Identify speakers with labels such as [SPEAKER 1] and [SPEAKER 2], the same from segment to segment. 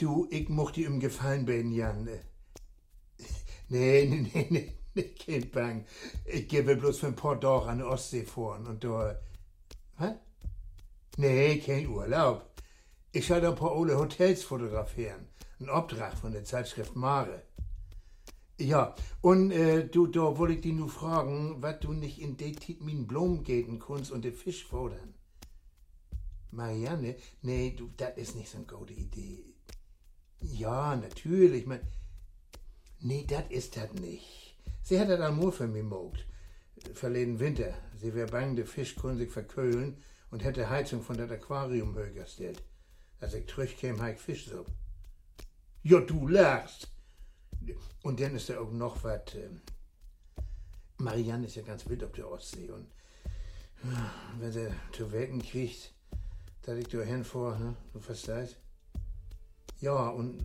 [SPEAKER 1] Du, ich möchte ihm gefallen, Ben Jan. Nee, nee, nee, nee, nee, kein Bang. Ich gebe bloß für ein paar Tage an die Ostsee fahren und da. Was? Nee, kein Urlaub. Ich hatte ein paar Ole Hotels fotografieren. Ein Obtrag von der Zeitschrift Mare. Ja, und äh, du, da wollte ich dich nur fragen, was du nicht in der Tit min Blumen gehen kannst und den Fisch fordern. Marianne, nee, du, das ist nicht so eine gute Idee. Ja, natürlich, man. Nee, das ist das nicht. Sie hat das Amor für mich mogt. Verleden Winter. Sie wär bang, de Fisch kunstig verköhlen und hätte Heizung von dat Aquarium höher gestellt. Als ich zurückkäm, hab ich Fischsupp. Ja, du lachst. Und dann ist da auch noch wat. Ähm, Marianne ist ja ganz wild auf der Ostsee und ah, wenn sie zu wecken kriegt, da liegt du hin vor, ne? du verstehst? Ja, und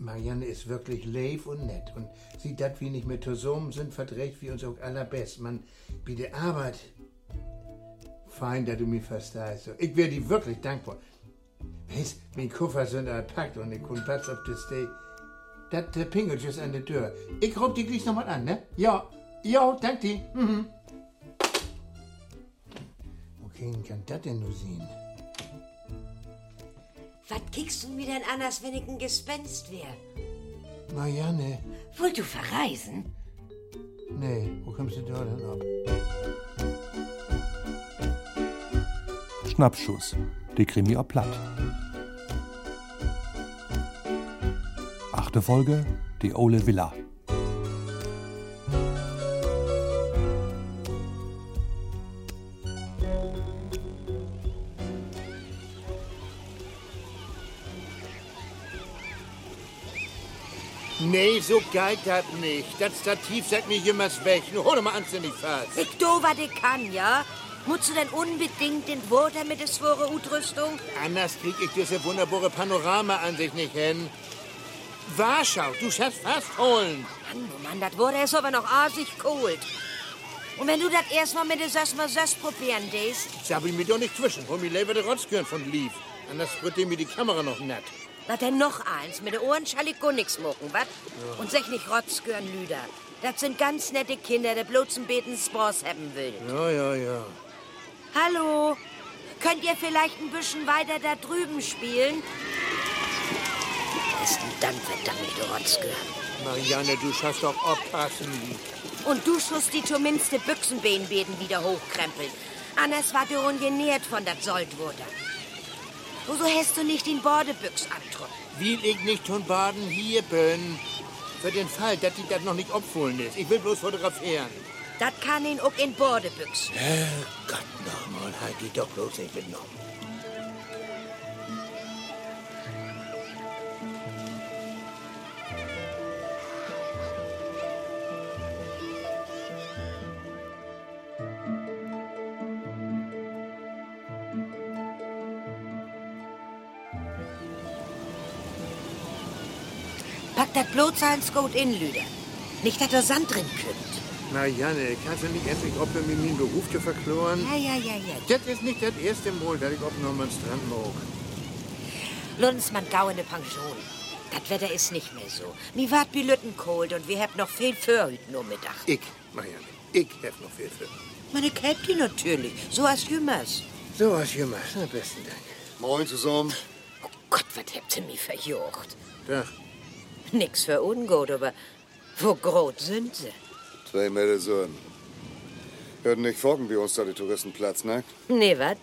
[SPEAKER 1] Marianne ist wirklich leif und nett und sieht dat wie nicht mit zusammen sind, verträgt wie uns auch allerbest. Man, wie die Arbeit. Fein, dass du mich verstehst. So, Ich wär dir wirklich dankbar. Weißt, mein Koffer sind erpackt und ich kann Platz auf das Day. Dat äh, pingelt just an der Tür. Ich ruf die gleich nochmal an, ne? Ja, ja, dank dir. Mhm. Okay, kann das denn nur sehen?
[SPEAKER 2] Was kickst du mir denn anders, wenn ich ein Gespenst wär?
[SPEAKER 1] Marianne,
[SPEAKER 2] Wollt du verreisen?
[SPEAKER 1] nee, wo kommst du da denn ab?
[SPEAKER 3] Schnappschuss, der Krimi ob Platt. Achte Folge, die Ole Villa.
[SPEAKER 1] Nee, so geht das nicht. Das Stativ sagt mir jemals weg. Nur hol doch mal anständig fast.
[SPEAKER 2] Ich do, was ich kann, ja? Musst du denn unbedingt den Wurter mit der Svore Utrüstung?
[SPEAKER 1] Anders krieg ich diese wunderbare Panoramaansicht nicht hin. Warschau, du schaffst fast holen.
[SPEAKER 2] Mann, oh Mann, das Wurter ist aber noch asig cold. Und wenn du das erstmal mit der Sassma Sass probieren däst,
[SPEAKER 1] Sabbel mir doch nicht zwischen. Hol mir lieber die Rotzkörn von Lief. Anders wird dir mir die Kamera noch nett.
[SPEAKER 2] na denn noch eins. Mit den Ohren schall ich gar nix mucken, wat? Und sech nicht Rotzgörn Lüder. Das sind ganz nette Kinder, der bloßen Beten Spors haben will.
[SPEAKER 1] Ja, ja, ja.
[SPEAKER 2] Hallo, könnt ihr vielleicht ein bisschen weiter da drüben spielen? Was ist denn dann verdammte Rotzgehirn?
[SPEAKER 1] Marianne, du schaffst doch abpassen.
[SPEAKER 2] Und du schuss die zumindest die Büchsenbehenbeten wieder hochkrempeln. Anders war du ungeniert von dat Soldwurder. Wieso hast du nicht den Bordebüchs abdruck?
[SPEAKER 1] Will ich nicht von Baden hier bin. Für den Fall, dass die das noch nicht obholen ist. Ich will bloß fotografieren.
[SPEAKER 2] Dat kann ihn auch in Bordebüchs.
[SPEAKER 1] Gott, nochmal, halt die doch bloß nicht mitgenommen.
[SPEAKER 2] Pack dat Blutsalzgold in, Lüder. Nicht, dass da Sand drin kümmt.
[SPEAKER 1] Marianne, kannst du nicht endlich aufhören, mir meinen Beruf zu verkloren?
[SPEAKER 2] Ja, ja, ja, ja.
[SPEAKER 1] Das ist nicht das erste Mal, dass ich auf Norman Strand mag.
[SPEAKER 2] Lunsmann gau in de Pension. Dat Wetter is nicht mehr so. Mi wart bi Lütten kold und wir hab noch viel Förhüten um Mittag.
[SPEAKER 1] Ich, Marianne, ich hab noch viel für.
[SPEAKER 2] Meine kennt die natürlich, so als Jümmers.
[SPEAKER 1] So was gemacht, am besten Dank.
[SPEAKER 4] Moin zusammen.
[SPEAKER 2] Oh Gott, wat habt ihr mi verjucht?
[SPEAKER 1] Tag.
[SPEAKER 2] Nix für ungut, aber wo groß sind sie?
[SPEAKER 4] Zwei Mädels hören. Hörten nicht folgen, wie uns da die Touristen Platz nackt.
[SPEAKER 2] Nee, wat?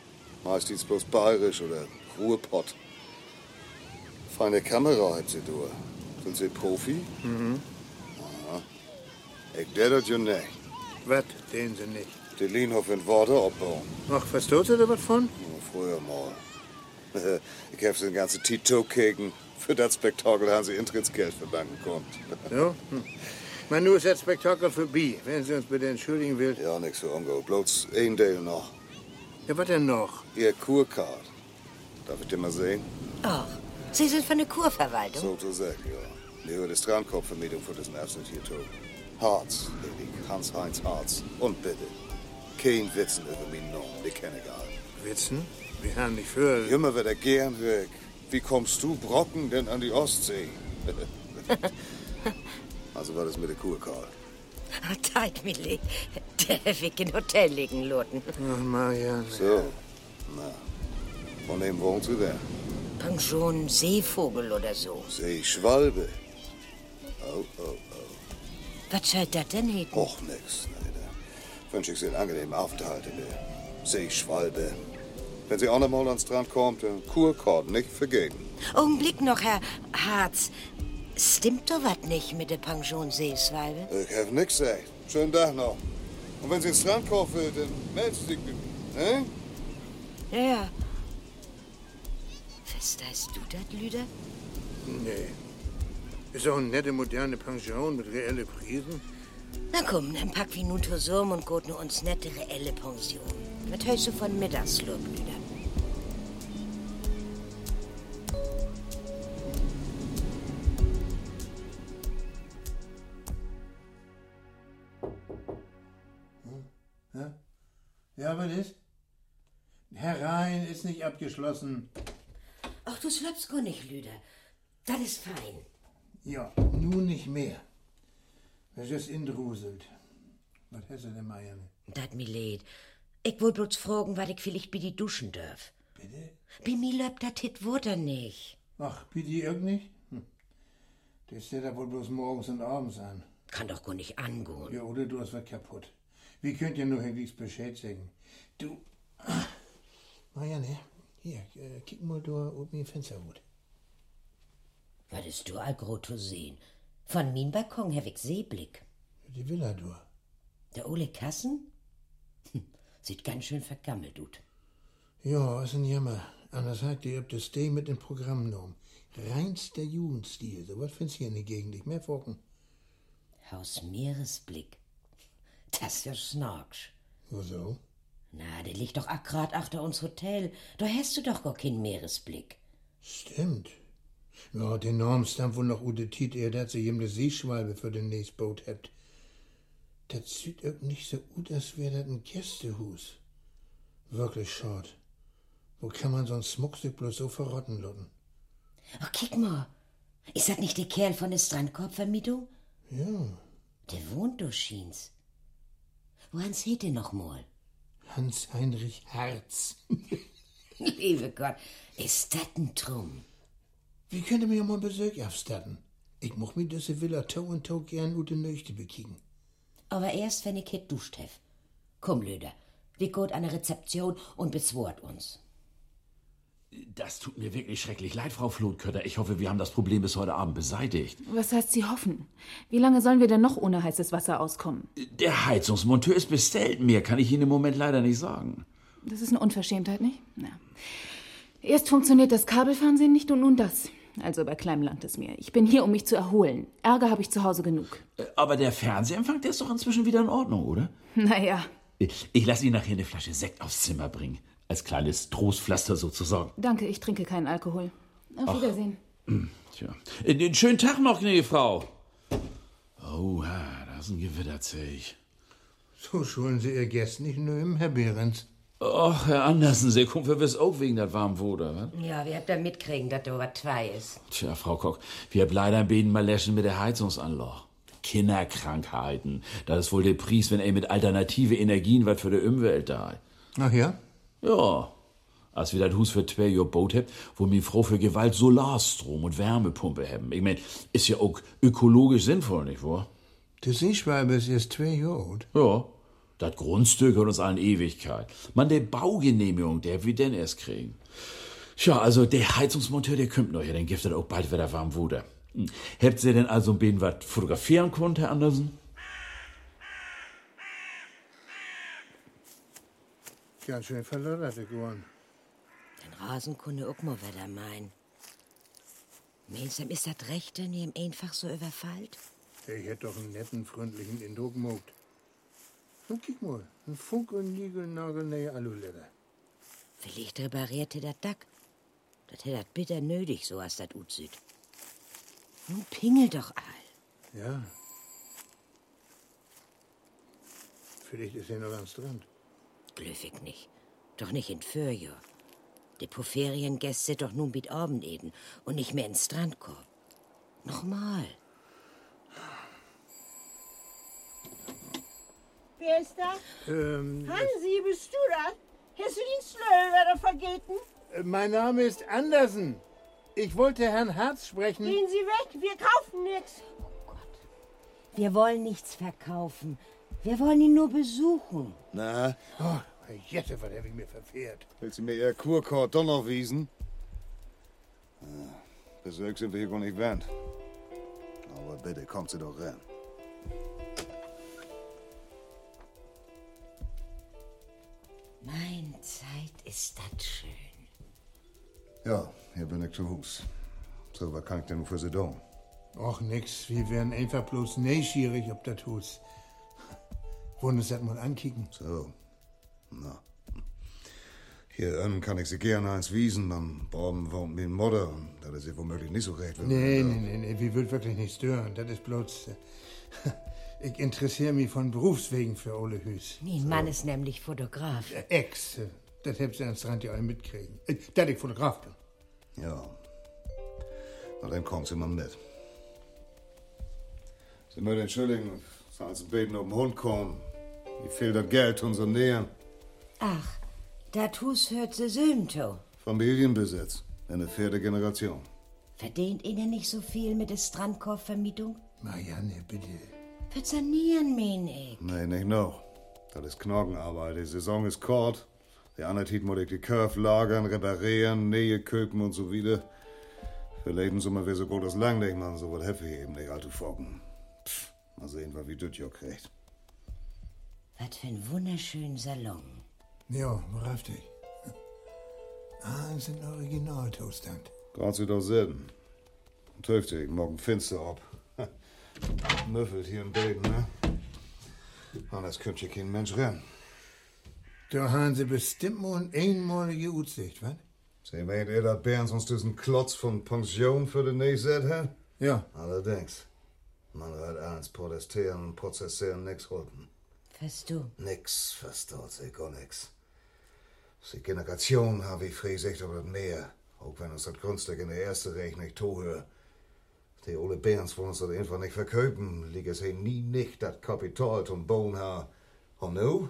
[SPEAKER 4] Meist dies bloß bayerisch oder Ruhrpott. Feine Kamera hat sie durch. Sind sie Profi? Mhm. Aha. Ich der das ja nicht.
[SPEAKER 1] Was, sehen Sie nicht.
[SPEAKER 4] Die Lienhof in Worte abbauen.
[SPEAKER 1] Ach, verstehst du da was von?
[SPEAKER 4] Nur früher mal. ich hab den ganzen Tito gegen. Für das Spektakel haben sie Intrittsgeld verdanken kommt.
[SPEAKER 1] So? Hm. Man, nur ist das Spektakel vorbei, wenn Sie uns bitte entschuldigen will.
[SPEAKER 4] ja, nix für ungut. Bloß ein Teil noch.
[SPEAKER 1] Ja, was denn noch?
[SPEAKER 4] Ihr Kurcard. Darf ich den mal sehen?
[SPEAKER 2] Och, sie sind von der Kurverwaltung.
[SPEAKER 4] So zu sagen, ja. Leo des Strandkorbvermietung für diesen Abschnitt hier tun. Harz, Lady. Hans-Heinz Harz. Und bitte, kein Witzen über mich noch. Die kenne ich alle.
[SPEAKER 1] Witzen? Wir haben nicht für.
[SPEAKER 4] Jümmer wird er gern weg. Wie kommst du Brocken denn an die Ostsee? also war das mit der Kuh, Karl.
[SPEAKER 2] Teit mir leid. Der wird in Hotel liegen, Loten.
[SPEAKER 1] Ach, Marianne.
[SPEAKER 4] So, na, von wem wohnst du denn?
[SPEAKER 2] Pension Seevogel oder so.
[SPEAKER 4] Seeschwalbe. Oh, oh, oh.
[SPEAKER 2] Was soll das denn heten?
[SPEAKER 4] Och, nix, leider. Wünsche ich Sie einen angenehmen Aufenthalt in der Seeschwalbe. Wenn Sie auch noch mal ans Strand kommt, dann Kurkord nicht vergeben.
[SPEAKER 2] Augenblick noch, Herr Harz. Stimmt doch was nicht mit der Pension Seesweibe?
[SPEAKER 4] Ich hab nix, ey. Schönen Tag noch. Und wenn Sie ins Strand kaufen, dann melden Sie sich mit mir, ne?
[SPEAKER 2] Ja, ja. Verstehst du das, Lüder?
[SPEAKER 1] Nee. Ist auch eine nette moderne Pension mit reellen Prisen.
[SPEAKER 2] Na komm, dann pack wir nun zusammen und gut nur uns nette reelle Pension. Was hörst du von Mittagslob, Lüder?
[SPEAKER 1] Ja, was ist? Herein ist nicht abgeschlossen.
[SPEAKER 2] Ach, du schleppst gar nicht, Lüder. Das ist fein.
[SPEAKER 1] Ja, nun nicht mehr. Das ist indruselt. Was hast du denn, Marianne?
[SPEAKER 2] Dat mi leid. Ich wollt bloß fragen, was ich vielleicht bei die duschen darf.
[SPEAKER 1] Bitte?
[SPEAKER 2] Bei mir läuft dat hit Wunder nicht.
[SPEAKER 1] Ach, bitte irgendwie? Hm. Das steht ja wohl bloß morgens und abends an.
[SPEAKER 2] Kann doch gar nicht angehen.
[SPEAKER 1] Ja, oder du hast was kaputt. Wie könnt ihr nur Henglichs beschädigen? Du. Marianne, hier, äh, kick mal durch oben im Fensterhut.
[SPEAKER 2] Was ist du agro zu sehen? Von min Balkon hab ich Seeblick.
[SPEAKER 1] Die Villa durch.
[SPEAKER 2] Der Ole Kassen? Hm, Sieht ganz schön vergammelt ut.
[SPEAKER 1] Ja, ist ein Jammer. Anders sagt ihr, habt das Day mit dem Programm genommen. Reinster Jugendstil. Sowas findest du hier in der Gegend nicht mehr vorken.
[SPEAKER 2] Haus Meeresblick. Das ist ja Schnorksch.
[SPEAKER 1] Wieso?
[SPEAKER 2] Na, der liegt doch akkurat achter uns Hotel. Da hast du doch gar keinen Meeresblick.
[SPEAKER 1] Stimmt. Ja, den Norm stammt wohl noch Ute Tiet, er hat sich ihm eine Seeschwalbe für den nächsten Boot hebt. Das sieht auch nicht so gut, als wäre das ein Gästehus. Wirklich schade. Wo kann man so ein Smuckstück bloß so verrotten lassen?
[SPEAKER 2] Oh, kick mal. Ist das nicht der Kerl von der Strandkorbvermietung?
[SPEAKER 1] Ja,
[SPEAKER 2] Der wohnt doch schien's. Woran seht ihr noch mal?
[SPEAKER 1] Hans-Heinrich Herz.
[SPEAKER 2] Liebe Gott, ist das ein Trumm?
[SPEAKER 1] Wie könnte mir ja mal ein Besuch aufstatten? Ich muss mir diese Villa Tau und Tau gern Ute Nächte bekicken.
[SPEAKER 2] Aber erst, wenn ich hit duscht hef. Komm, Löder, wir geht an der Rezeption und bezwort uns.
[SPEAKER 5] Das tut mir wirklich schrecklich leid, Frau Flotkötter. Ich hoffe, wir haben das Problem bis heute Abend beseitigt.
[SPEAKER 6] Was heißt Sie hoffen? Wie lange sollen wir denn noch ohne heißes Wasser auskommen?
[SPEAKER 5] Der Heizungsmonteur ist bestellt. Mehr kann ich Ihnen im Moment leider nicht sagen.
[SPEAKER 6] Das ist eine Unverschämtheit, nicht? Na. Erst funktioniert das Kabelfernsehen nicht und nun das. Also bei kleinem Land ist mir. Ich bin hier, um mich zu erholen. Ärger habe ich zu Hause genug.
[SPEAKER 5] Äh, Aber der Fernsehempfang, der ist doch inzwischen wieder in Ordnung, oder?
[SPEAKER 6] Naja,
[SPEAKER 5] Ich ich lasse Ihnen nachher eine Flasche Sekt aufs Zimmer bringen. Als kleines Trostpflaster sozusagen.
[SPEAKER 6] danke, ich trinke keinen Alkohol. Auf Wiedersehen.
[SPEAKER 5] Tja. Äh, Den schönen Tag noch, gnädige Frau. Oha, da ist ein Gewitterzeug.
[SPEAKER 1] So schulden Sie Ihr Gäst nicht nehmen, Herr Behrens.
[SPEAKER 5] Och, Herr Andersen, Sie kommen für Wiss auch wegen der warmen Woder, was?
[SPEAKER 2] Ja, wir habt da mitkriegen, dass da was zwei ist.
[SPEAKER 5] Tja, Frau Koch, wir haben leider ein Beten mal läschen mit der Heizungsanlage. Kinderkrankheiten. Das ist wohl der Preis, wenn er mit alternative Energien was für die Umwelt da hat.
[SPEAKER 1] Ach ja?
[SPEAKER 5] Ja. Als wir das Hus für zwei Jahre Boot habt, wo wir froh für Gewalt Solarstrom und Wärmepumpe haben. Ich mein, ist ja auch ökologisch sinnvoll, nicht wahr?
[SPEAKER 1] Die Seeschwalbe ist erst zwei Jahre alt.
[SPEAKER 5] Ja. Das Grundstück hat uns allen Ewigkeit. Man, der Baugenehmigung, der wir denn erst kriegen. Tja, also der Heizungsmonteur, der kommt noch ja, dann giftet auch bald wieder warm Wuder. Hm. Habt ihr denn also ein bisschen was fotografieren können, Herr Andersen?
[SPEAKER 1] Ganz schön verlodderte geworden.
[SPEAKER 2] Den Rasen kunde auch mal wieder mein. Meinsam ist das Rechte ihm einfach so überfallt.
[SPEAKER 1] Ich hätte doch einen netten, freundlichen Eindruck gemacht. Und guck mal, ein Funk und niegelnagelnähe Aluleder.
[SPEAKER 2] Vielleicht reparierte das Dack. Das hätt das bitter nötig, so als das ut sieht. Nun pingel doch all.
[SPEAKER 1] Ja. Vielleicht ist er noch am Strand.
[SPEAKER 2] Glüffig nicht. Doch nicht in Fürjo. Die Poferiengäste doch nun mit Abend eben und nicht mehr in Strandkorb. Nochmal.
[SPEAKER 7] Wer ist da? Hansi, bist du das? Hast du den Schlöder vergeten?
[SPEAKER 1] Äh, Mein Name ist Andersen. Ich wollte Herrn Harz sprechen.
[SPEAKER 7] Gehen Sie weg, wir kaufen nichts.
[SPEAKER 2] Oh Wir wollen nichts verkaufen. Wir wollen ihn nur besuchen.
[SPEAKER 4] Na,
[SPEAKER 1] Oh, Jette, was habe ich mir verfehrt.
[SPEAKER 4] willst du mir ihr Kurkord doch noch wiesen? Ja, Besök sind wir hier gar nicht wert. Aber bitte, kommt sie doch rein.
[SPEAKER 2] Mein Zeit ist das schön.
[SPEAKER 4] Ja, hier bin ich zu Hus. So, was kann ich denn für sie tun?
[SPEAKER 1] Och, nix. Wir wären einfach bloß neugierig, ob das Hus. Wollen uns das mal ankicken?
[SPEAKER 4] So, Oh, na. Hier ähm, kann ich sie gerne eins wiesen, dann Borben wohnt mit Mutter und da ist sie womöglich nicht so recht. wenn
[SPEAKER 1] Nee,
[SPEAKER 4] wir-
[SPEAKER 1] nee, nee, nee. Wir würden wirklich nicht stören. Das ist bloß. äh, Ich interessiere mich von Berufswegen für Ole Hüß.
[SPEAKER 2] Mein Mann ist nämlich Fotograf.
[SPEAKER 1] Äh, Ex. äh, Das habt ihr ans Rand ja alle mitkriegen. Äh, Dass ich Fotograf bin.
[SPEAKER 4] Ja. Na, dann kommt sie mal mit. Sie mögen entschuldigen, falls ein Beten auf den Hund kommen. Mir fehlt das Geld unser Nähern.
[SPEAKER 2] Ach, dat Hus hört se Sömto.
[SPEAKER 4] Familienbesitz. In der vierten Generation.
[SPEAKER 2] Verdient Ihnen nicht so viel mit der Strandkorbvermietung?
[SPEAKER 1] Marianne, bitte.
[SPEAKER 2] Für sanieren, mein ich.
[SPEAKER 4] Nee, nicht noch. Das ist Knorkenarbeit. Die Saison ist kort. Die anderen Tiet muss ich die Curve lagern, reparieren, Nähe köpen und so wieder. Für Lebenssumme wäre so gut als lang, denk man. So was helfe ich eben nicht, alte Focken. Pff, mal sehen, was wie das ja kriegt.
[SPEAKER 2] Was für ein wunderschöner Salon.
[SPEAKER 1] Ja, worauf dich? Ah, das ist ein Originalzustand.
[SPEAKER 4] Ganz wieder selben. Töfte ich morgen finster ab. Müffelt hier im Beten, ne? Anders könnte hier kein Mensch rennen.
[SPEAKER 1] Da haben sie bestimmt mal eine einmalige Aussicht, was?
[SPEAKER 4] Sie meint ihr, dass Bernd sonst diesen Klotz von Pension für den nächsten hat?
[SPEAKER 1] Ja.
[SPEAKER 4] Allerdings. Man hört eins protestieren und prozessieren nix rücken.
[SPEAKER 2] Weißt du?
[SPEAKER 4] Nix verstaut sie gar nix. Die Generation hab ich Friesicht über das Meer, auch wenn uns das Grundstück in der ersten Reich nicht tohör. Die Ole Berns wollen uns das einfach nicht verkaufen, liegt es ihnen nie nicht das Kapital zum Bauen her. Und nu?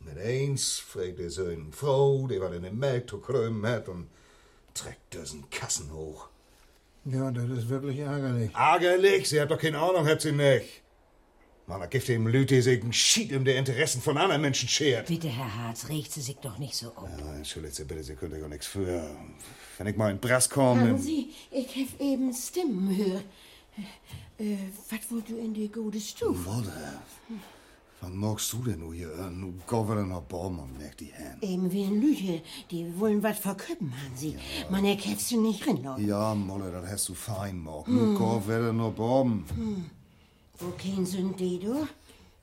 [SPEAKER 4] Mit eins fragt ihr so eine Frau, die was in den Markt zu krümmen hat und trägt diesen Kassen hoch.
[SPEAKER 1] Ja, das ist wirklich ärgerlich.
[SPEAKER 4] Ärgerlich, sie hat doch keine Ahnung, hat sie nicht. Man, da gibt dem Lüte sich einen Schied um der Interessen von anderen Menschen schert.
[SPEAKER 2] Bitte, Herr Harz, regt sie sich doch nicht so um. auf.
[SPEAKER 4] Ja, entschuldigt Sie bitte, Sie können ja nichts für. Wenn ich mal in Brass komme.
[SPEAKER 7] Haben
[SPEAKER 4] dann-
[SPEAKER 7] Sie, ich hab eben Stimmen gehört. Äh, was wollt du in die gute Stufe?
[SPEAKER 4] Mutter, was magst du denn nur hier? Äh, Nun Governor Bormann merkt die Hand.
[SPEAKER 7] Eben wie ein Lüche. Die wollen was verköppen, haben Sie. Man erkennt sie nicht rinlaufen.
[SPEAKER 4] Ja, Molle, das hast du fein mag.
[SPEAKER 7] Hm.
[SPEAKER 4] Nun Governor Bormann.
[SPEAKER 7] Wo kein sind die, du?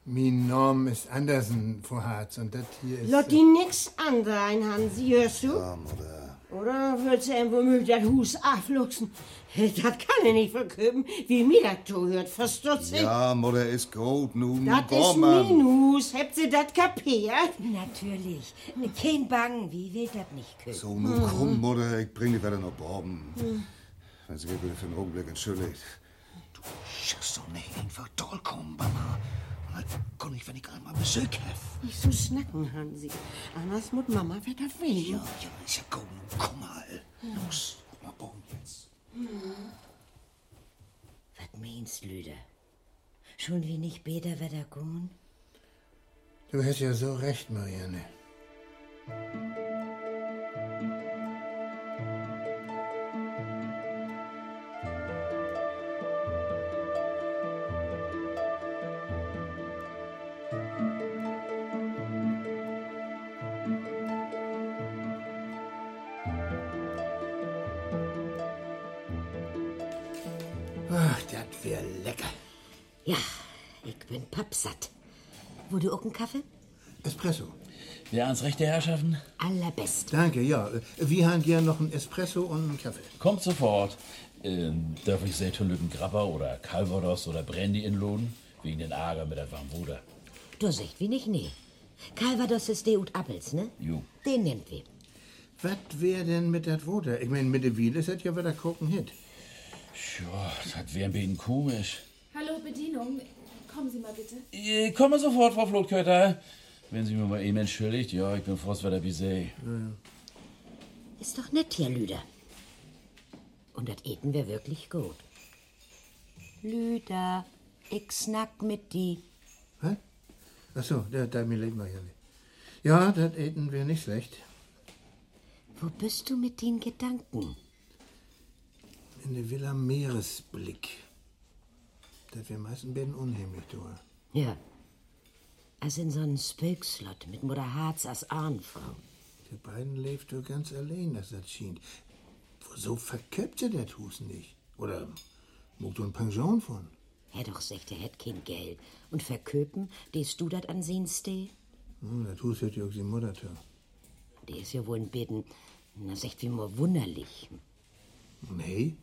[SPEAKER 1] Mein Name ist Andersen, Frau Harz, und das hier ist...
[SPEAKER 7] Lott die nix an sein, Hansi, hörst du?
[SPEAKER 4] Ja, Mutter.
[SPEAKER 7] Oder willst du irgendwo mit das Hus afluchsen? Das kann er nicht verköpen, wie mir das to hört. Verstutzt ich?
[SPEAKER 4] Ja, Mutter ist gut, nun
[SPEAKER 7] Das ist
[SPEAKER 4] Bormann.
[SPEAKER 7] Minus. Habt ihr das kapiert?
[SPEAKER 2] Natürlich. Kein Bang, wie will das nicht küssen?
[SPEAKER 8] um
[SPEAKER 4] So, nun komm, Mutter, ich bring die Werder noch Bormann. Wenn
[SPEAKER 8] Also,
[SPEAKER 4] Sie mir bitte für einen Augenblick entschuldigt.
[SPEAKER 8] Schaffst du nicht einfach doll kommen, Mama. Und dann komm ich, wenn ich einmal Besuch hab.
[SPEAKER 7] Nicht so snacken, Hansi. Anders muss Mama wieder weh.
[SPEAKER 8] Ja, ja, ist ja gut. Nun komm mal. Los, mal bauen jetzt.
[SPEAKER 2] Was meinst, Lüder? Schon wie nicht Bäder Wettergun?
[SPEAKER 1] Du hast ja so recht, Marianne. Ach, das wär lecker.
[SPEAKER 2] Ja, ich bin pappsatt. Wurde auch ein Kaffee?
[SPEAKER 1] Espresso.
[SPEAKER 5] Wer ans Recht der Herrschaften?
[SPEAKER 2] Allerbest.
[SPEAKER 1] Danke, ja. Wir haben gern noch einen Espresso und einen Kaffee.
[SPEAKER 5] Kommt sofort. Ähm, darf ich Seitenlücken Grappa oder Calvados oder Brandy inloden? Wegen den Ärger mit der Warmwuder.
[SPEAKER 2] Du seht wie nicht, nee. Calvados ist der ut Appels, ne?
[SPEAKER 5] Jo.
[SPEAKER 2] Den nimmt wir.
[SPEAKER 1] Was wär denn mit dat Woder? Ich mein, mit de Wiel ist das ja wieder gucken hit.
[SPEAKER 5] Tja, das wäre ein bisschen komisch.
[SPEAKER 6] Hallo, Bedienung. Kommen Sie mal bitte.
[SPEAKER 5] Ich komme sofort, Frau Flotkötter. Wenn Sie mir mal eben entschuldigt, ja, ich bin Forstwetter Bisset.
[SPEAKER 2] Ist doch nett hier, Lüder. Und das eten wir wirklich gut. Lüder, ich snack mit die.
[SPEAKER 1] Was? Achso, da, da mir leben wir ja nicht. Ja, das eten wir nicht schlecht.
[SPEAKER 2] Wo bist du mit den Gedanken?
[SPEAKER 1] In der Villa Meeresblick. Das wär meistens bin unheimlich, du.
[SPEAKER 2] Ja. Also in so einem Spökslot mit Mutter Harz als Ahnenfrau.
[SPEAKER 1] Die beiden lebt doch ganz allein, das das schien. Wieso verköpft sie das Hus nicht? Oder mogt du ein Pension von?
[SPEAKER 2] Herr doch sagt, er hätt kein Geld. Und verköpen, des du dat an Sehnste?
[SPEAKER 1] Hm, das Hus hört ja auch die Mutter tun.
[SPEAKER 2] Der ist ja wohl in Beten. Na, sagt wie mal wunderlich.
[SPEAKER 1] Nee,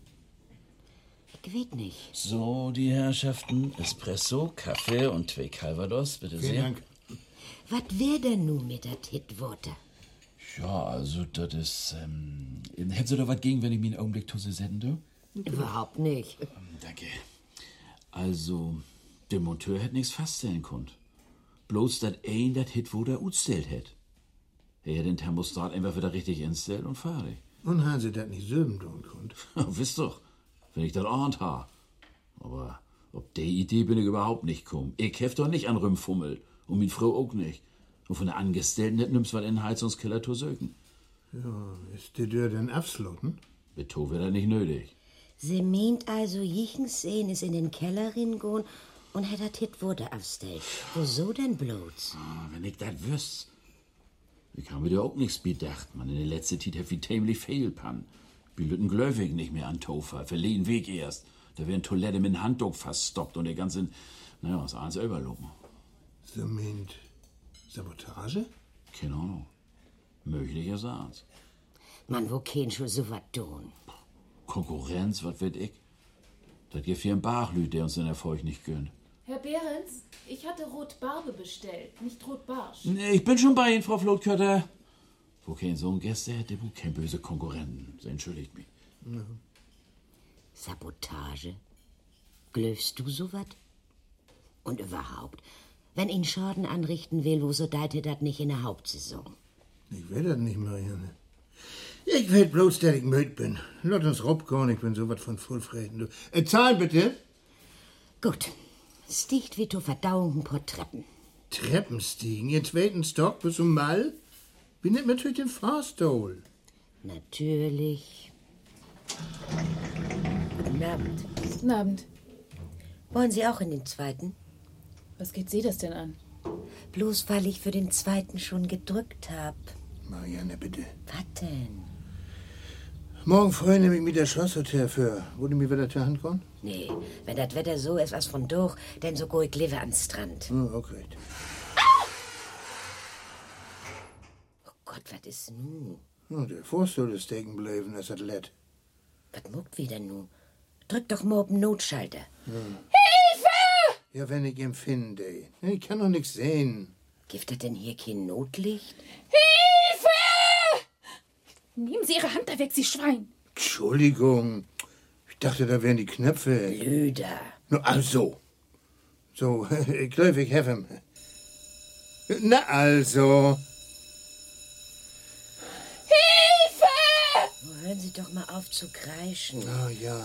[SPEAKER 2] Ich weet nicht.
[SPEAKER 5] So, die Herrschaften, Espresso, Kaffee und zwei Calvados, bitte
[SPEAKER 1] vielen
[SPEAKER 5] sehr.
[SPEAKER 1] Dank.
[SPEAKER 2] Wat wär denn nun mit dat Hitworte?
[SPEAKER 5] Ja, also das ist, ähm, hättest du da was gegen, wenn ich mir einen Augenblick Tusse sende?
[SPEAKER 2] Überhaupt nicht.
[SPEAKER 5] Danke. Also, der Monteur hätte nichts feststellen können. Bloß, dass ein das Hit wo der utstellt hätt. Er hätte den Thermostat einfach wieder richtig instellt und fertig.
[SPEAKER 1] Und haben sie das nicht söben tun konnten.
[SPEAKER 5] Wisst doch, wenn ich das ahnt ha. Aber ob der Idee bin ich überhaupt nicht gekommen. Ich heft doch nicht an Rümfummel. Und mit Frau auch nicht. Und von der Angestellten hätt nimmst was in den Heizungskeller zu sögen.
[SPEAKER 1] Ist die Tür denn abschlotten?
[SPEAKER 5] Mit To wäre das nicht nötig.
[SPEAKER 2] Sie meint also, jichens Sehn ist in den Keller ringehen und hätt dat Hitworte aufstellt. Wieso denn bloß?
[SPEAKER 5] Ah, wenn ich das wüsst. Ich habe dir auch nichts bedacht, man. In der letzten Zeit hab ich tämlich fehlpann. Bilden Glöwig nicht mehr an Tofer, verlegen Weg erst. Da wären Toilette mit dem Handtuch fast stoppt und der ganze, naja, was eins überloben.
[SPEAKER 1] Sie meint Sabotage?
[SPEAKER 5] Keine Ahnung. Möglich ist eins.
[SPEAKER 2] Man, wo kein schon so wat tun?
[SPEAKER 5] Konkurrenz, was wird ich? Das gibt hier einen Bachlüt, der uns den Erfolg nicht gönnt.
[SPEAKER 9] Herr Behrens, ich hatte Rotbarbe bestellt, nicht Rotbarsch.
[SPEAKER 5] Nee, ich bin schon bei Ihnen, Frau Flotkötter. Wo kein Sohn Gäste hätte, wo kein böse Konkurrenten. Sie entschuldigt mich.
[SPEAKER 2] Sabotage? Glöfst du so wat? Und überhaupt, wenn ihn Schaden anrichten will, wo so deite dat nicht in der Hauptsaison?
[SPEAKER 1] Ich will das nicht, Marianne. Ich will bloß, dass ich müde bin. Lass uns rumkommen, ich bin sowas von vollfreten. Du. Äh, zahlen bitte.
[SPEAKER 2] Gut. Sticht wie du Verdauung pro Treppen.
[SPEAKER 1] Treppenstiegen, im zweiten Stock bis zum Mall. Bin nicht natürlich den Fahrstuhl.
[SPEAKER 2] Natürlich. Guten Abend.
[SPEAKER 6] Guten Abend.
[SPEAKER 2] Wollen Sie auch in den zweiten?
[SPEAKER 6] Was geht Sie das denn an?
[SPEAKER 2] Bloß weil ich für den zweiten schon gedrückt hab.
[SPEAKER 1] Marianne, bitte.
[SPEAKER 2] Was denn?
[SPEAKER 1] Morgen früh nehme ich mir das Schlosshotel für. Würde mir wieder zur Hand kommen?
[SPEAKER 2] Nee, wenn das Wetter so ist, was von durch, denn so go ich lieber ans Strand.
[SPEAKER 1] Hm, okay.
[SPEAKER 2] Oh Gott, was ist nun?
[SPEAKER 1] Oh, der Fahrstuhl ist stecken bleiben, das hat lett.
[SPEAKER 2] Was muckt wieder nun? Drück doch mal auf den Notschalter.
[SPEAKER 1] Ja, wenn ich ihn finde. Ich kann doch nichts sehen.
[SPEAKER 2] Gibt das denn hier kein Notlicht?
[SPEAKER 9] Nehmen Sie Ihre Hand da weg, Sie Schwein!
[SPEAKER 1] Entschuldigung. Ich dachte, da wären die Knöpfe.
[SPEAKER 2] Blöder.
[SPEAKER 1] No, also. So, ich glaube, ich helfe ihm. Na also.
[SPEAKER 2] Oh, hören Sie doch mal auf zu kreischen.
[SPEAKER 1] Ah ja.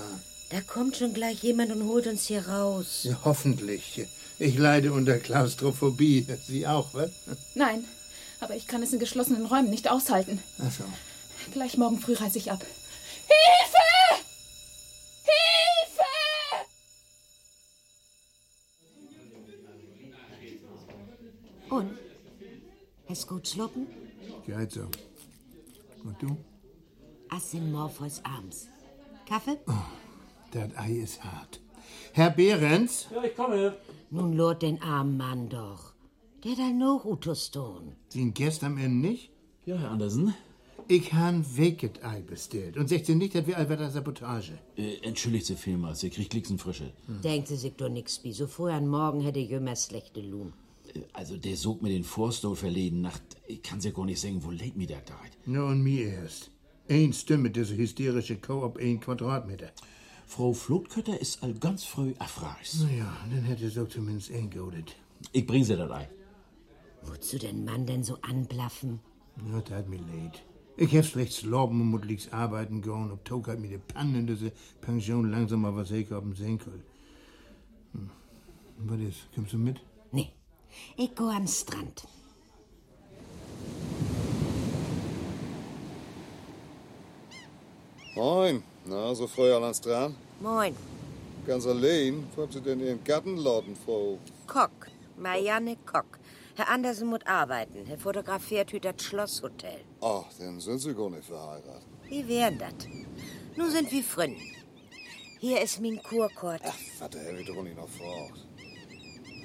[SPEAKER 2] Da kommt schon gleich jemand und holt uns hier raus.
[SPEAKER 1] ja, hoffentlich. Ich leide unter Klaustrophobie. Sie auch, was?
[SPEAKER 9] Nein, aber ich kann es in geschlossenen Räumen nicht aushalten.
[SPEAKER 1] Ach so.
[SPEAKER 9] Gleich morgen früh reise ich ab.
[SPEAKER 2] Und? Es gut schlucken?
[SPEAKER 1] Geht so. Und du?
[SPEAKER 2] Ass in Morpheus abends. Kaffee?
[SPEAKER 1] Das Ei ist hart. Herr Behrens?
[SPEAKER 2] Nun lord den armen Mann doch. Der da noch Utoston.
[SPEAKER 1] Den gestern am Ende nicht?
[SPEAKER 5] Ja, Herr Andersen.
[SPEAKER 1] Ich han Wicked Ei bestellt. Und 16 nicht, das wäre Alberta Sabotage.
[SPEAKER 5] Äh, entschuldigt Sie vielmals, ihr kriegt Frische.
[SPEAKER 2] Denkt sie sich doch nix bi. So früh an Morgen hätte ich immer schlechte Lum.
[SPEAKER 5] äh, also der Sog mit den Vorstow verleden Nacht, ich kann's ja gar nicht sagen, wo late mir da deit.
[SPEAKER 1] Na, und mir erst. Eins Stimme, diese hysterische Koop, ein Quadratmeter.
[SPEAKER 5] Frau Flotkötter ist all ganz früh afreis.
[SPEAKER 1] Naja, dann hätte es auch zumindest eingehodet.
[SPEAKER 5] Ich bring sie da rein.
[SPEAKER 2] Wozu den Mann denn so anblaffen?
[SPEAKER 1] Na, tat mir leid. Ich hab schlecht loben und muss liegst arbeiten gehen, ob Tok hat mir die Pannen in diese Pension langsam mal was ich haben sehen können. Hm. Was ist? Kommst du mit?
[SPEAKER 2] Nee, ich go am Strand.
[SPEAKER 4] Moin. Na, so früh an dran.
[SPEAKER 2] Moin,
[SPEAKER 4] Ganz allein. Wo habt ihr denn Ihren Gartenladen, Frau?
[SPEAKER 2] Kock, Marianne Kock. Herr Andersen muss arbeiten. Er fotografiert hüt das Schlosshotel.
[SPEAKER 4] Ach, dann sind Sie gar nicht verheiratet.
[SPEAKER 2] Wie wären das? Nun sind wir Fründ. Hier ist mein Kurkort.
[SPEAKER 4] Was der Heavy doch nicht noch fragt.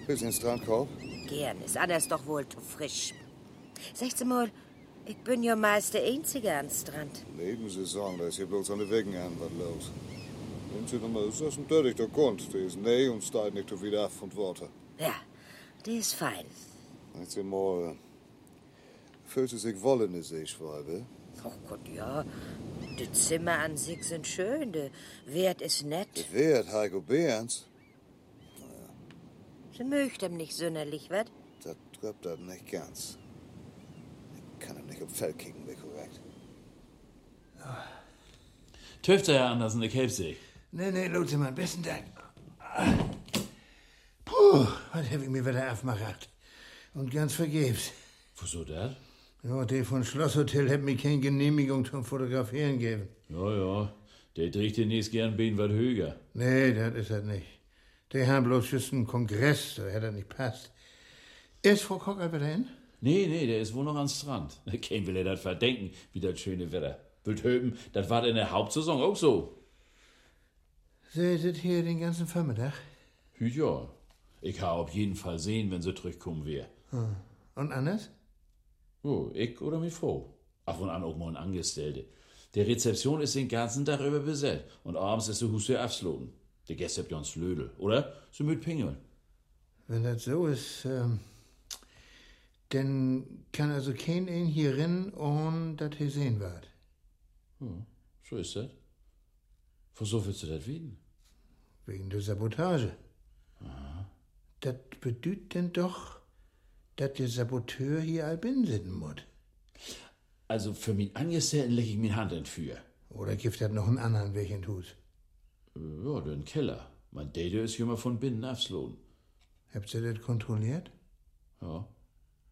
[SPEAKER 4] Willst du ins Strandkorb?
[SPEAKER 2] Gern, ist anders doch wohl zu frisch. Sagst du mal, ich bin ja meist der Einzige am Strand.
[SPEAKER 4] Nebensaison, da ist hier bloß an den Wegen an was los. Und Sie nochmal, das ist ein dörrichter Grund. Der ist nee und steigt nicht so wieder ab von Worte.
[SPEAKER 2] Ja, die ist fein.
[SPEAKER 4] Jetzt mal, fühlt Sie sich wohl in der Seeschwalbe?
[SPEAKER 2] Oh Gott, ja. Die Zimmer an sich sind schön, der Wert ist nett.
[SPEAKER 4] Wer hat Heiko Behrens?
[SPEAKER 2] Sie mögt ihm nicht sünderlich, wat?
[SPEAKER 4] Das trifft das nicht ganz. Ich kann ihm nicht im Fell kicken, wie korrekt.
[SPEAKER 5] Töfter, Herr Andersen, ich helf sie.
[SPEAKER 1] Nee, nee, Leute, mein besten Dank. Puh, was hab ich mir wieder aufgemacht. Und ganz vergebens.
[SPEAKER 5] Wieso das?
[SPEAKER 1] Ja, der von Schlosshotel hat mir keine Genehmigung zum Fotografieren gegeben.
[SPEAKER 5] Ja, ja. Der trägt demnächst gern Bein was höher.
[SPEAKER 1] Nee, das ist er nicht. Der haben bloß just einen Kongress, da hätte er nicht passt. Ist Frau Kocker wieder hin?
[SPEAKER 5] Nee, nee, der ist wohl noch am Strand. Kein will er das verdenken, wie das schöne Wetter. Wildhöpen, das war in der Hauptsaison auch so.
[SPEAKER 1] Sie sind hier den ganzen Vormittag.
[SPEAKER 5] Hüt ja. Ich ha auf jeden Fall sehen, wenn sie zurückkommen wär.
[SPEAKER 1] Und anders?
[SPEAKER 5] Oh, ich oder mit Frau. Ab und an auch mal ein Angestellte. Der Rezeption ist den ganzen Tag über besetzt und abends ist der Husse absloten. Der Gäste habt ja uns Lödel, oder? So mit Pingeln.
[SPEAKER 1] Wenn das so ist, ähm, dann kann also kein ein hier rennen, ohne dass ihr sehen wart.
[SPEAKER 5] So ist das. Wieso willst du das wieden?
[SPEAKER 1] Wegen der Sabotage. Das bedeutet denn doch, dass der Saboteur hier albin sitzen muss.
[SPEAKER 5] Also für mich Angestellten leg ich mir Hand in Feuer.
[SPEAKER 1] Oder gibt das noch einen anderen Weg in Hus?
[SPEAKER 5] Ja, den Keller. Mein Date ist jemand von binnen abslohen.
[SPEAKER 1] Habt ihr das kontrolliert?
[SPEAKER 5] Ja.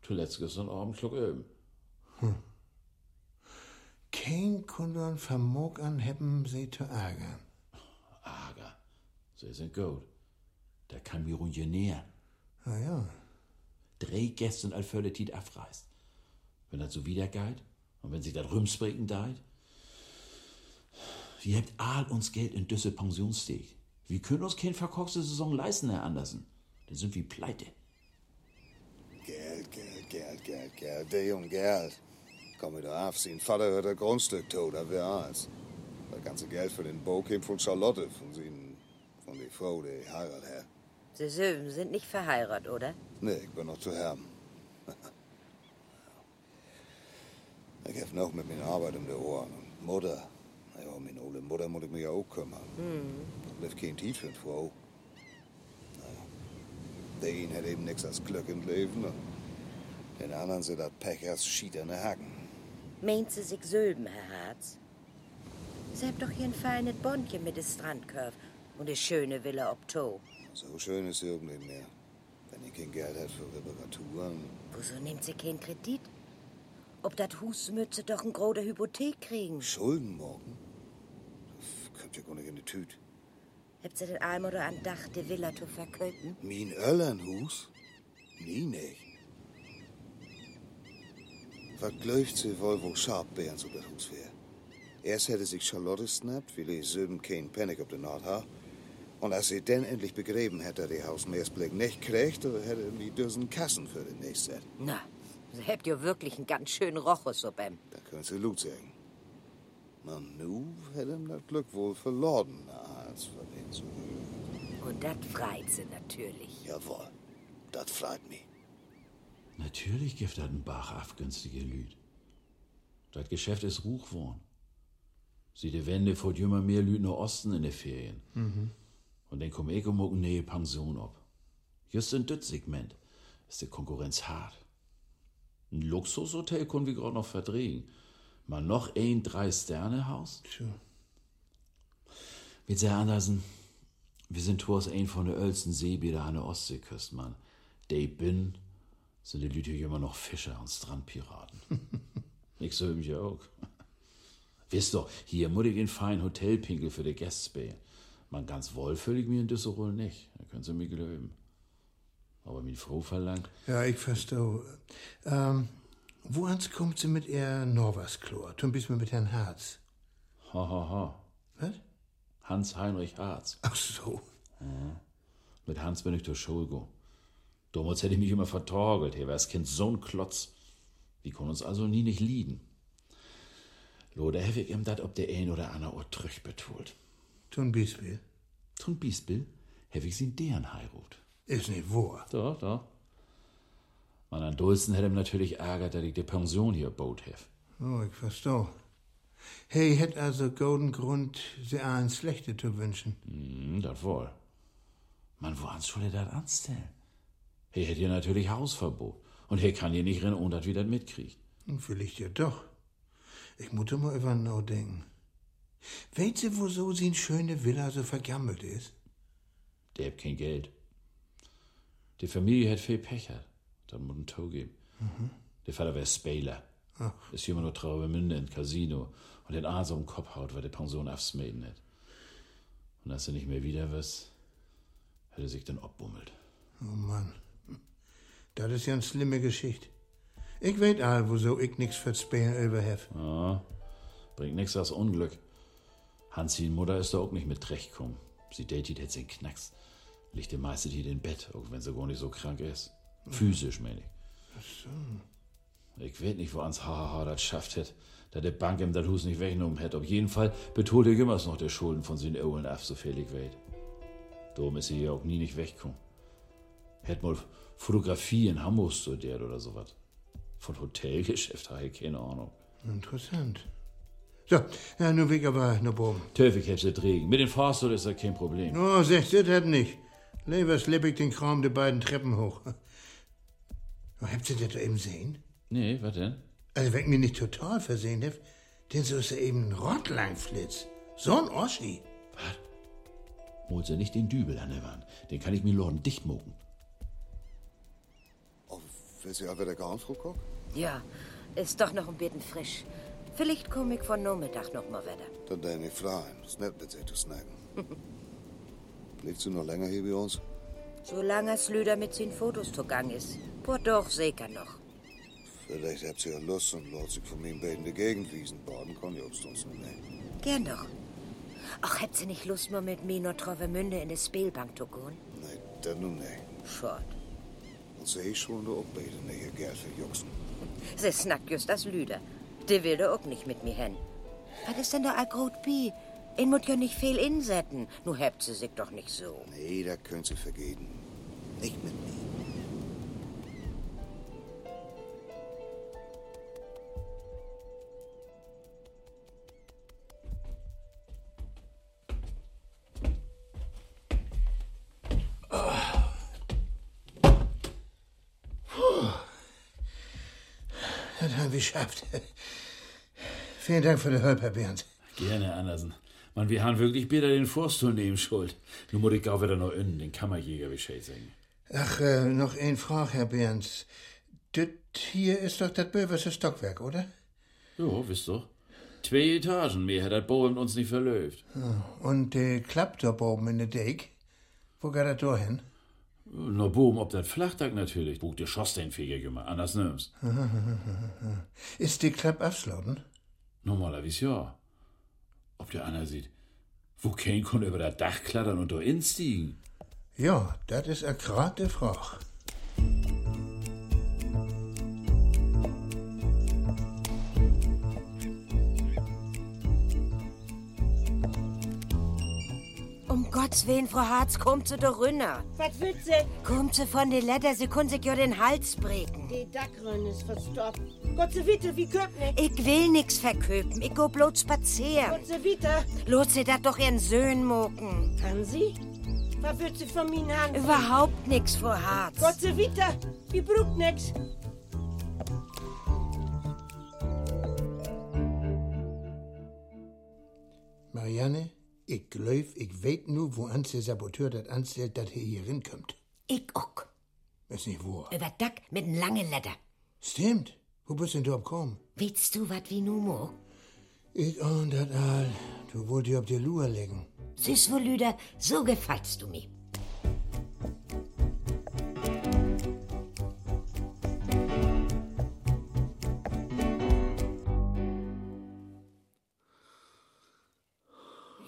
[SPEAKER 5] Zuletzt gestern Abend schluck öben.
[SPEAKER 1] Kein Kundern vermog an, hätten sie zu ärgern.
[SPEAKER 5] Ager. Sie sind gut. Da kann mir ruhig näher.
[SPEAKER 1] Ah ja,
[SPEAKER 5] Drei Gästen all für Tit abreißt. Wenn das so wieder geht und wenn sich das Rümsbreken deit. Wir habt all uns Geld in Düssel Pension steckt. Wir können uns kein verkorkste Saison leisten, Herr Andersen. Dann sind wir pleite.
[SPEAKER 4] Geld, Geld, Geld, Geld, Geld. Der Junge Geld. Komm wieder auf, sein Vater hört ein Grundstück tot, da wär alles. Das ganze Geld für den Bo kommt von Charlotte, von sin, von der Frau, die heiratet hat.
[SPEAKER 2] Sie Söwen sind nicht verheiratet, oder?
[SPEAKER 4] Nee, ich bin noch zu haben. ich helfe noch mit meiner Arbeit um die Ohren. Und Mutter, ja, um meine Ole Mutter muss ich mich ja auch kümmern. Mhm. Lebt kein Tief für eine Frau. Naja. Der eine hat eben nichts als Glück im Leben. Und den anderen sind das Pech als Schied an den Haken.
[SPEAKER 2] Meint sie sich Sülben, Herr Harz? Sie habt doch hier ein feines Bondchen mit dem Strandkorb und die schöne Villa ob Tow.
[SPEAKER 4] So schön ist Jürgen nicht mehr. Wenn ihr kein Geld hätt für Reparaturen.
[SPEAKER 2] Wieso nimmt sie keinen Kredit? Ob dat Hus mütze doch ein große Hypothek kriegen.
[SPEAKER 4] Schulden morgen? Das kommt ja gar nicht in die Tüte.
[SPEAKER 2] Habt sie den Alm oder an Dach die Villa zu verkaufen?
[SPEAKER 4] Mein Öllernhus? Nie nicht. Was glaubt sie wohl, wo Schabbären so das Hus wär? Erst hätte sich Charlotte snappt, will ich Söben keinen Panik auf den Nordhaar. Und als sie denn endlich begräben hätte, die Hausmeersblick nicht kriegt, dann hätte die Dösen Kassen für den nächsten. Set.
[SPEAKER 2] Na, sie habt ja wirklich einen ganz schönen Rochus ob em.
[SPEAKER 4] Da können sie Lut sagen. Man, nu hätte ihm das Glück wohl verloren, als von den so.
[SPEAKER 2] Und dat freit sie natürlich.
[SPEAKER 4] Jawohl, das freut mich.
[SPEAKER 5] Natürlich gibt das ein Bach auf günstige Lüd. Das Geschäft ist ruch worden. Sie de Wende vor jümmer mehr Lüd nach Osten in de Ferien. Und dann komm ich um auch nähe Pension ab. Just in das Segment ist die Konkurrenz hart. Ein Luxushotel können wir gerade noch verdrehen. Mal noch ein Drei-Sterne-Haus?
[SPEAKER 1] Tja.
[SPEAKER 5] Mit sehr Andersen, wir sind Tours ein von der Ölsten Seebäder an der Ostseeküste, Mann. They bin, sind die Leute hier immer noch Fischer und Strandpiraten. ich so mich ja auch. Wisst doch, hier muss ich in fein Hotelpinkel für die Gäste spielen. Man ganz wohlfällig mir in Düsseldorf nicht, da können sie mir glauben. Aber mir froh verlangt,
[SPEAKER 1] Ja, ich verstehe. Ähm, woans kommt sie mit ihr Norwasklor? Tun bis mit Herrn Harz.
[SPEAKER 5] ha ha ha,
[SPEAKER 1] Was?
[SPEAKER 5] Hans-Heinrich Harz.
[SPEAKER 1] Ach so.
[SPEAKER 5] Mit Hans bin ich zur Schule go. Damals hätte ich mich immer vertorgelt. Hier wär's Kind so ein Klotz. Wir können uns also nie nicht lieben. Loder habe ich ihm dat ob der ein oder andere Ort trüch betult.
[SPEAKER 1] Tun bis wir.
[SPEAKER 5] Zum Biesbill habe ich sie in deren heirat.
[SPEAKER 1] Ist nicht wahr.
[SPEAKER 5] Doch, doch. Man an Dulsten hätte ihm natürlich ärgert, dass ich die Pension hier bot habe.
[SPEAKER 1] Oh, ich verstehe. Hey, hätt also golden Grund, sie einen schlechte zu wünschen.
[SPEAKER 5] Hm, dat wohl. Man, wo ans soll er dat anstellen? Er hätt hier natürlich Hausverbot. Und er kann hier nicht rennen, ohne dat wir dat mitkriegt.
[SPEAKER 1] Hm, Vielleicht ja doch. Ich muss doch mal über nau denken. Weet sie, wieso sie in schöne Villa so vergammelt ist?
[SPEAKER 5] Der hat kein Geld. Die Familie hat viel Pech hat. Dann muss ein Tau geben. Der Vater wäre Spailer. Ist immer nur Traubemünde im Casino und den Arzt am Kopf haut, weil der Pension aufsmäden hat. Und als er nicht mehr wieder was, hat er sich dann abbummelt.
[SPEAKER 1] Oh Mann. Das ist ja eine schlimme Geschichte. Ich weet all, wieso ich nix für Späher über hef.
[SPEAKER 5] Ja, bringt nichts als Unglück. Hansin Mutter ist da auch nicht mit recht kommen. Sie datet jetzt den Knacks. Liegt dem meiste hier im Bett, auch wenn sie gar nicht so krank ist. Physisch, meine ich. Ich weiß nicht, wo ans Hahaha das schafft hätt, da der Bank ihm das Hus nicht weggenommen hätt. Auf jeden Fall betont er immer noch der Schulden von seinen Owen ab, so viel ich weiß. Darum ist sie ja auch nie nicht weggekommen. Hätt mal Fotografie in Hamburg studiert oder sowas. Von Hotelgeschäft habe ich keine Ahnung.
[SPEAKER 1] Interessant. So, ja, nun weg aber nach oben.
[SPEAKER 5] Töfig hätte trägen. Mit dem Fahrstuhl ist das kein Problem.
[SPEAKER 1] Oh, sech, das hat nicht. Lever schlepp ich den Kram der beiden Treppen hoch. Oh, habt ihr das da eben sehen?
[SPEAKER 5] Nee, was denn?
[SPEAKER 1] Also, wenn ich mich nicht total versehen hef, denn so ist er eben ein Rottleinflitz. So ein Oschi.
[SPEAKER 5] Holt sie nicht den Dübel an der Wand. Den kann ich mir Lorden dicht mucken.
[SPEAKER 4] Oh, willst du auch wieder gar nicht gucken?
[SPEAKER 2] Ja, ist doch noch ein bisschen frisch. Vielleicht komme ich von Nachmittag noch mal wieder.
[SPEAKER 4] Dann darf ich nicht fragen. Ist nett, mit sich zu snacken. Lebst du noch länger hier bei uns?
[SPEAKER 2] Solange es Lüder mit seinen Fotos zugang ist. Bordeaux sicher noch.
[SPEAKER 4] Vielleicht habt ihr ja Lust und lohnt sich von mir in beiden die Gegend wiesen. Baden kann ich uns nicht mehr.
[SPEAKER 2] Gern doch. Ach, hätt sie nicht Lust, mal mit mir nach Travemünde in die Spielbank zu gehen?
[SPEAKER 4] Nee, dann nun nicht.
[SPEAKER 2] Schott.
[SPEAKER 4] Und sehe ich schon, du auch beide nicht hier Geld verjuchsen.
[SPEAKER 2] Sie snackt just das Lüder. Die will da auch nicht mit mir hin. Was ist denn da ein Grot Bi? Ihn muss ja nicht viel insetten. Nu hebt sie sich doch nicht so.
[SPEAKER 4] Nee, da könnt ihr vergehen. Nicht mit mir.
[SPEAKER 1] Das haben wir geschafft. Vielen Dank für die Hilfe, Herr Bernd.
[SPEAKER 5] Gerne, Andersen. Mann, wir haben wirklich bitter den Vorstuhl neben Schuld. Nur muss ich auch wieder noch innen, den Kammerjäger wie Schäd singen.
[SPEAKER 1] Ach, äh, noch ein Frage, Herr Bernd. Das hier ist doch das Böverse Stockwerk, oder?
[SPEAKER 5] Jo, wisst doch. Zwei Etagen, mehr hat das Bohem uns nicht verlöft.
[SPEAKER 1] Und äh, klappt da oben in der Deck. Wo geht das da hin?
[SPEAKER 5] Na, Bohem, ob das Flachdach natürlich. Bug dir Schoss den Feger gemacht, anders nimmst.
[SPEAKER 1] Ist die Klapp abschlauten?
[SPEAKER 5] Normalerweise ja. Ob der einer sieht, wo kein konnte über das Dach klettern und da instiegen.
[SPEAKER 1] Ja, das ist eine gerade Frage.
[SPEAKER 2] Um Gottes Willen, Frau Harz, kommt sie doch runter.
[SPEAKER 7] Was will sie?
[SPEAKER 2] Kommt sie von den Leiter, sie können sich ja den Hals brechen.
[SPEAKER 7] Die Dackrön ist verstorben. Gott sei Witte, wie köpft nicht?
[SPEAKER 2] Ich will nix verköpen, ich go bloß spazieren.
[SPEAKER 7] Gott sei Witte.
[SPEAKER 2] Los sie dat doch ihren Söhn moken.
[SPEAKER 7] Kann sie? Was will sie von mir haben?
[SPEAKER 2] Überhaupt nix, Frau Harz.
[SPEAKER 7] Gott sei Witte, die braucht nix.
[SPEAKER 1] Marianne, ich glaub, ich weet nur, wo ans der Saboteur das anstellt, dass er hier rinkommt.
[SPEAKER 2] Ich auch.
[SPEAKER 1] Ist nicht wahr.
[SPEAKER 2] Über Dack mit einem langen Letter.
[SPEAKER 1] Stimmt. Wo bist denn du abgekommen?
[SPEAKER 2] Willst du wat wie nu mo?
[SPEAKER 1] Ich ahn das all. Du wollt dir ob die Lua legen.
[SPEAKER 2] Süß, wohl, Lüder, so gefallst du mir.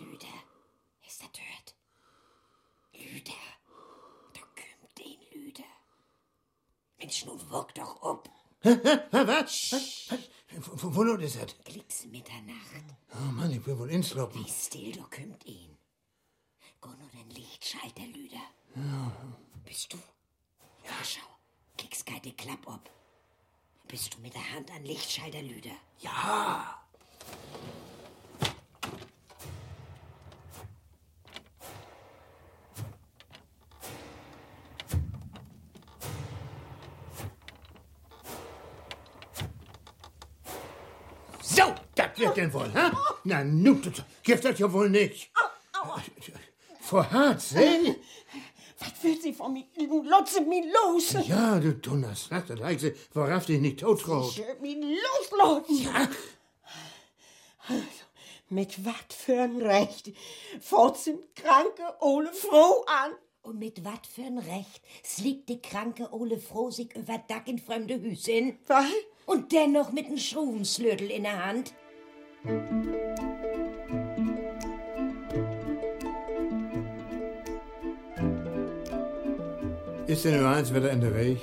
[SPEAKER 2] Lüder, ist das hört? Lüder, da kommt den Lüder. Mensch, nun wog doch um, ob.
[SPEAKER 1] Wo, wo ist das?
[SPEAKER 2] Glicks Mitternacht.
[SPEAKER 1] Oh Mann, ich will wohl insloppen.
[SPEAKER 2] Wie still du kümmt ihn. Geh nur den Lichtschalter, Lüder. Bist du? Ja. Schau, kriegst keine Klapp ab. Bist du mit der Hand an Lichtschalter, Lüder? Ja.
[SPEAKER 1] So, das wird denn wohl, ha? Na, nu, das gibt das ja wohl nicht. Vor Harz, eh?
[SPEAKER 7] Was will sie von mir? Lotze mich los.
[SPEAKER 1] Ja, du Donnerslatte, Leiche, worauf dich nicht totrot.
[SPEAKER 7] Schön mich losloten. Ja. Mit wat für ein Recht fort sind Kranke ohne Frau an.
[SPEAKER 2] Und mit wat für ein Recht sliegt die kranke Ole Frosig über Dack in fremde Hüsen
[SPEAKER 7] Was?
[SPEAKER 2] und dennoch mit einem Schrubenslödel in der Hand?
[SPEAKER 1] Ist denn nur eins wieder in der Weg?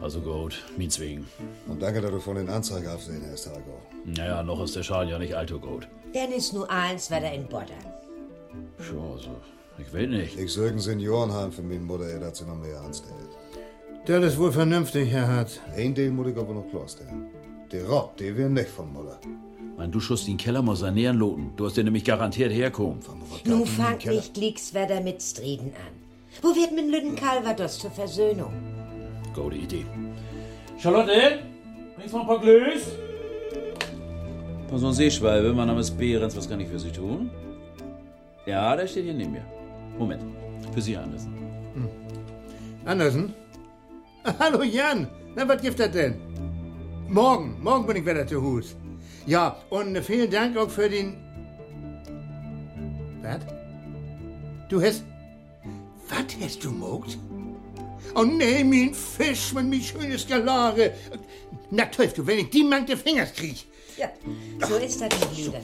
[SPEAKER 5] Also gut, meins wegen.
[SPEAKER 4] Und danke, dass du von den Anzeige absehen hast, Hargo.
[SPEAKER 5] Naja, noch ist der Schaden ja nicht allzu gut.
[SPEAKER 2] Denn ist nur eins, weil er in Bodder.
[SPEAKER 5] Tja, also, ich will nicht.
[SPEAKER 4] Ich sögen Seniorenheim für meine Mutter, er hat sie noch mehr anstellt.
[SPEAKER 1] Das ist wohl vernünftig, Herr Harz.
[SPEAKER 4] Ein Ding muss ich aber noch klarstellen. Der Rob, der wir nicht von Mutter.
[SPEAKER 5] Mann, du schuss den Keller mal sanieren, Loten. Du hast dir nämlich garantiert herkommen.
[SPEAKER 2] Nun fangt nicht Glieckswerder mit Striden an. Wo wird mit Lüden Calvados zur Versöhnung?
[SPEAKER 5] Gute Idee. Charlotte, bringst mal ein paar Glühs? Pension Seeschwalbe, mein Name ist Behrens, was kann ich für Sie tun? Ja, der steht hier neben mir. Moment, für Sie, Andersen.
[SPEAKER 1] Andersen? Ah, Hallo Jan, na was gibt das denn? Morgen, morgen bin ich wieder zu Hus. Ja, und äh, vielen Dank auch für den... Was? Du hast... Was hast du mogt? Oh nee, mein Fisch, mein, mein schönes Galare. Na Teufel, wenn ich die Mann der Fingers krieg.
[SPEAKER 2] Ja, so ist das mit Lüder.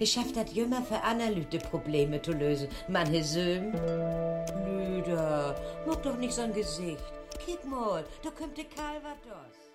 [SPEAKER 2] Ich schaff das jümmer für analyte Probleme zu lösen. Man Söhm. Lüder, mag doch nicht sein Gesicht. Kick mal, da kommt der Calvados.